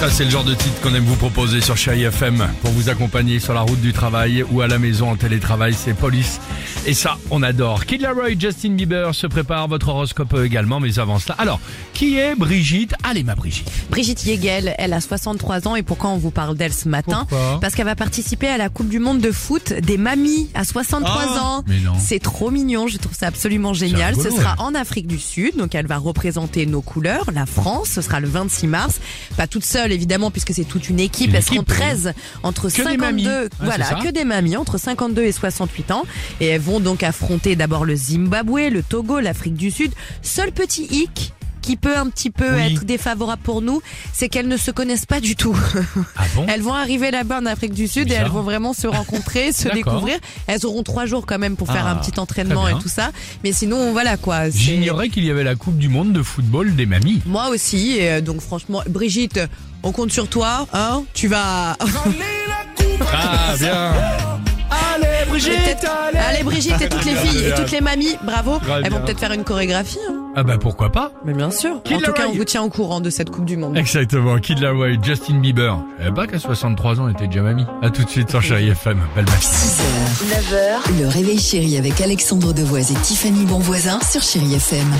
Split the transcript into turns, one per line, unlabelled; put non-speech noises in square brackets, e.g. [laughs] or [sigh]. Ça, c'est le genre de titre qu'on aime vous proposer sur Chéri FM pour vous accompagner sur la route du travail ou à la maison en télétravail. C'est Police. Et ça, on adore. Kid Laroi, Justin Bieber se prépare. Votre horoscope également, mais avant cela. Alors, qui est Brigitte Allez, ma Brigitte.
Brigitte Yegel, elle a 63 ans et pourquoi on vous parle d'elle ce matin
Pourquoi
Parce qu'elle va participer à la Coupe du Monde de foot des mamies à 63
Ah,
ans.
mais non.
C'est trop mignon, je trouve ça absolument génial.
rigolo,
ce sera en Afrique du Sud, donc elle va représenter nos couleurs, la France, ce sera le 26 mars. Pas toute seule évidemment puisque c'est toute une équipe,
Une
elles seront
équipe, oui.
13 entre
des
52,
mamies. Ouais,
voilà,
c'est ça.
que des mamies entre 52 et 68 ans et elles vont donc affronter d'abord le Zimbabwe, le Togo, l'Afrique du Sud. Seul petit hic qui peut un petit peu
Oui.
être défavorable pour nous, c'est qu'elles ne se connaissent pas du tout.
Ah bon
elles vont arriver là-bas en Afrique du Sud et
Bizarre.
elles vont vraiment se
[laughs]
rencontrer, se
D'accord.
découvrir. Elles auront trois jours quand même pour faire
Ah,
un petit entraînement
très
et
bien.
tout ça. Mais sinon, voilà quoi. c'est-
J'ignorais qu'il y avait la Coupe du Monde de football des mamies.
Moi aussi, et euh, donc franchement, Brigitte, on compte sur toi. Hein tu vas.
Ah, bien. Allez, Brigitte, allez.
Allez Brigitte et toutes les
Bien,
filles et
bien.
toutes les mamies, bravo.
Très
Elles vont
bien.
peut-être faire une chorégraphie. hein.
Ah bah pourquoi pas
Mais bien sûr.
Kid
en tout cas,
Laroi.
on vous tient au courant de cette Coupe du Monde.
Exactement, Kid Laroi, Justin Bieber. Je savais pas qu'à 63 ans, il était déjà mamie. À tout de suite sur Chéri FM. Belle matinée.
6h, 9h, le réveil chéri avec Alexandre Devoise et Tiffany Bonvoisin sur Chéri FM.